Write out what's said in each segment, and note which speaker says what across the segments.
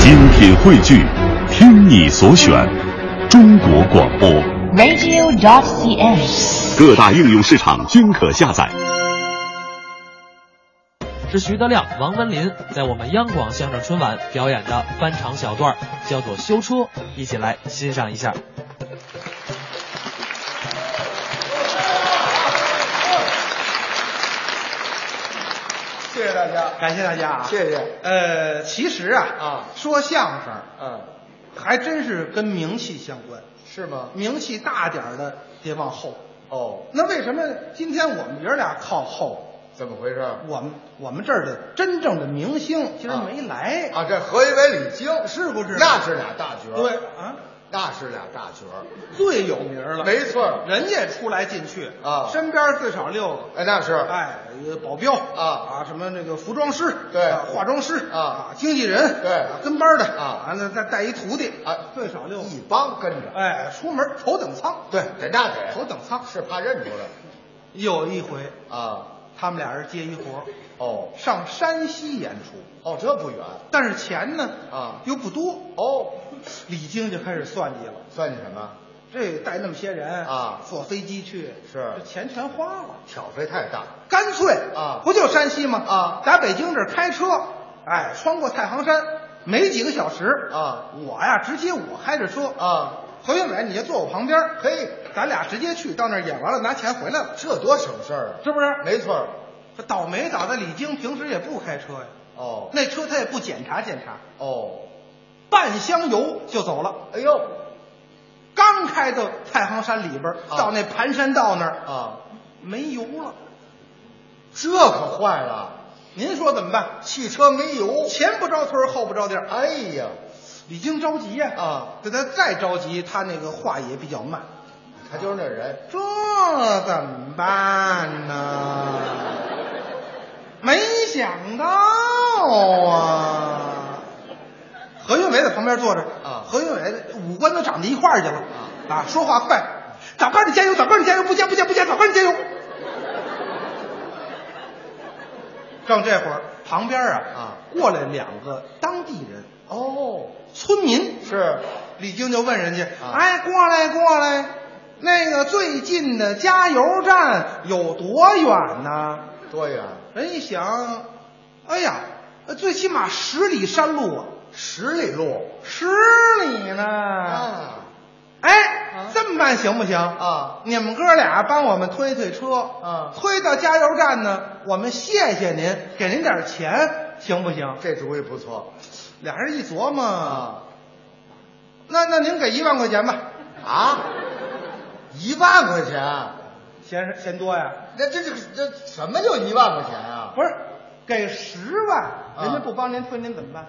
Speaker 1: 精品汇聚，听你所选，中国广播。
Speaker 2: radio.cn。
Speaker 1: 各大应用市场均可下载。
Speaker 3: 是徐德亮、王文林在我们央广相声春晚表演的翻唱小段儿，叫做《修车》，一起来欣赏一下。
Speaker 4: 谢谢大家，
Speaker 5: 感谢大家啊！
Speaker 4: 谢谢。
Speaker 5: 呃，其实啊，
Speaker 4: 啊
Speaker 5: 说相声，
Speaker 4: 嗯，
Speaker 5: 还真是跟名气相关，
Speaker 4: 是吗？
Speaker 5: 名气大点儿的得往后。
Speaker 4: 哦，
Speaker 5: 那为什么今天我们爷儿俩靠后？
Speaker 4: 怎么回事？啊，
Speaker 5: 我们我们这儿的真正的明星今儿
Speaker 4: 啊
Speaker 5: 没来，啊
Speaker 4: 这何以为李菁
Speaker 5: 是不是
Speaker 4: 那是俩大角儿，
Speaker 5: 对啊，
Speaker 4: 那是俩大角儿，
Speaker 5: 最有名儿了，
Speaker 4: 没错儿
Speaker 5: 人家出来进去
Speaker 4: 啊
Speaker 5: 身边儿最少六个。
Speaker 4: 哎，那是，
Speaker 5: 哎，呃保镖
Speaker 4: 啊
Speaker 5: 啊，什么那个服装师，
Speaker 4: 对
Speaker 5: 啊化妆师
Speaker 4: 啊
Speaker 5: 经纪人，
Speaker 4: 对
Speaker 5: 啊跟班的
Speaker 4: 啊，
Speaker 5: 那再带一徒弟
Speaker 4: 啊
Speaker 5: 最少六个。
Speaker 4: 一帮跟着，
Speaker 5: 哎，出门头等舱，
Speaker 4: 对，得那得
Speaker 5: 头等舱。
Speaker 4: 是怕认出来
Speaker 5: 有一回，
Speaker 4: 啊。
Speaker 5: 他们俩人接一活儿
Speaker 4: 哦
Speaker 5: 上山西演出，
Speaker 4: 哦，这不远
Speaker 5: 但是钱呢
Speaker 4: 啊
Speaker 5: 又不多，
Speaker 4: 哦，
Speaker 5: 李菁就开始算计了。
Speaker 4: 算计什么？
Speaker 5: 这带那么些人
Speaker 4: 啊
Speaker 5: 坐飞机去
Speaker 4: 是
Speaker 5: 这钱全花了，
Speaker 4: 挑费太大，
Speaker 5: 干脆
Speaker 4: 啊
Speaker 5: 不就山西吗？
Speaker 4: 啊
Speaker 5: 打北京这儿开车，哎，穿过太行山，没几个小时
Speaker 4: 啊
Speaker 5: 我呀，直接我开着车
Speaker 4: 啊，
Speaker 5: 何云伟你就坐我旁边，
Speaker 4: 嘿，
Speaker 5: 咱俩直接去到那儿演完了拿钱回来了，
Speaker 4: 这多省事儿啊！
Speaker 5: 是不是？
Speaker 4: 没错儿
Speaker 5: 这倒霉倒在李菁平时也不开车呀，
Speaker 4: 哦
Speaker 5: 那车他也不检查检查，
Speaker 4: 哦，
Speaker 5: 半箱油就走了。
Speaker 4: 哎呦
Speaker 5: 刚开到太行山里边儿，
Speaker 4: 啊
Speaker 5: 到那盘山道那儿
Speaker 4: 啊，
Speaker 5: 没油了，
Speaker 4: 这可坏了，
Speaker 5: 您说怎么办？
Speaker 4: 汽车没油，
Speaker 5: 前不着村后不着店儿，
Speaker 4: 哎呀，
Speaker 5: 李菁着急呀
Speaker 4: 啊！
Speaker 5: 这他再着急，他那个话也比较慢。
Speaker 4: 他就是那人，
Speaker 5: 这怎么办呢？没想到啊！何云伟在旁边坐着
Speaker 4: 啊
Speaker 5: 何云伟五官都长到一块儿去了啊，说话快，早班你加油，早班你加油，不加不加不加，早班你加油。正这会儿，旁边啊
Speaker 4: 啊
Speaker 5: 过来两个当地人，
Speaker 4: 哦，
Speaker 5: 村民
Speaker 4: 是
Speaker 5: 李菁就问人家：“
Speaker 4: 啊
Speaker 5: 哎，过来过来，那个最近的加油站有多远呢
Speaker 4: 多远？？”
Speaker 5: 人一想，哎呀，呃最起码十里山路啊，
Speaker 4: 十里路
Speaker 5: 十里呢。
Speaker 4: 啊，
Speaker 5: 哎
Speaker 4: 啊，
Speaker 5: 这么办行不行
Speaker 4: 啊
Speaker 5: 你们哥俩帮我们推推车
Speaker 4: 啊
Speaker 5: 推到加油站呢，我们谢谢您，给您点钱，行不行？
Speaker 4: 这主意不错
Speaker 5: 俩人一琢磨，
Speaker 4: 啊
Speaker 5: 那那您给一万块钱吧，
Speaker 4: 啊！一万块钱，
Speaker 5: 嫌嫌多呀？
Speaker 4: 那这这这什么叫一万块钱啊？
Speaker 5: 不是，给十万，
Speaker 4: 啊
Speaker 5: 人家不帮您推，您怎么办？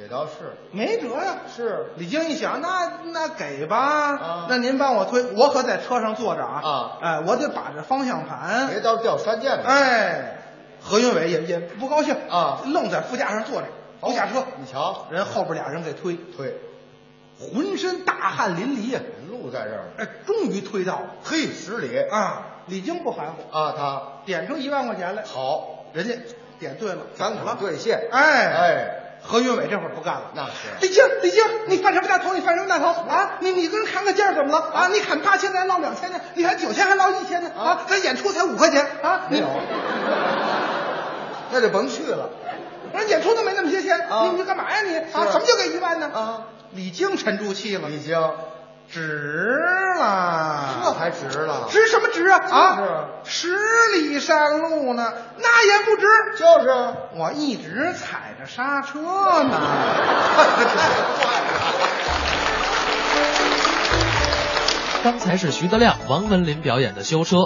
Speaker 4: 也倒是
Speaker 5: 没辙呀、
Speaker 4: 是
Speaker 5: 李菁一想，那那给吧，
Speaker 4: 啊
Speaker 5: 那您帮我推，我可在车上坐着啊，
Speaker 4: 啊
Speaker 5: 哎，我得把着方向
Speaker 4: 别
Speaker 5: 盘，
Speaker 4: 到时候掉山涧里。
Speaker 5: 哎，何云伟也也不高兴
Speaker 4: 啊哦嗯
Speaker 5: 愣在副驾上坐着，不下车，
Speaker 4: 你瞧，
Speaker 5: 人后边俩人给推，
Speaker 4: 推
Speaker 5: 浑身大汗淋漓呀，
Speaker 4: 路在这儿呢，
Speaker 5: 哎，终于推到了
Speaker 4: 嘿，十里
Speaker 5: 啊！李菁不含糊，
Speaker 4: 啊，他
Speaker 5: 点出一万块钱来，
Speaker 4: 好，
Speaker 5: 人家点对了，
Speaker 4: 咱
Speaker 5: 怎
Speaker 4: 可
Speaker 5: 么了？
Speaker 4: 兑现，
Speaker 5: 哎
Speaker 4: 哎，
Speaker 5: 何云伟这会儿不干了，
Speaker 4: 那是
Speaker 5: 李菁，李菁，你犯什么大头？你犯什么大头啊？你你跟人砍个价怎么了啊？你砍八千还落两千呢，你砍九千还落一千呢啊
Speaker 4: 啊？
Speaker 5: 咱演出才五块钱啊？
Speaker 4: 没
Speaker 5: 你
Speaker 4: 有，那就甭去了
Speaker 5: 人演出都没那么些钱，
Speaker 4: 啊
Speaker 5: 你你干嘛呀你啊？
Speaker 4: 是
Speaker 5: 什么就给一万呢？
Speaker 4: 啊！
Speaker 5: 李菁沉住气了，
Speaker 4: 李菁，
Speaker 5: 值了，
Speaker 4: 这啊还值了，
Speaker 5: 值什么值啊
Speaker 4: 就是啊
Speaker 5: 啊？十里山路呢，那也不值。
Speaker 4: 就是。
Speaker 5: 我一直踩着刹车呢。
Speaker 3: 刚才是徐德亮、王文林表演的《修车》。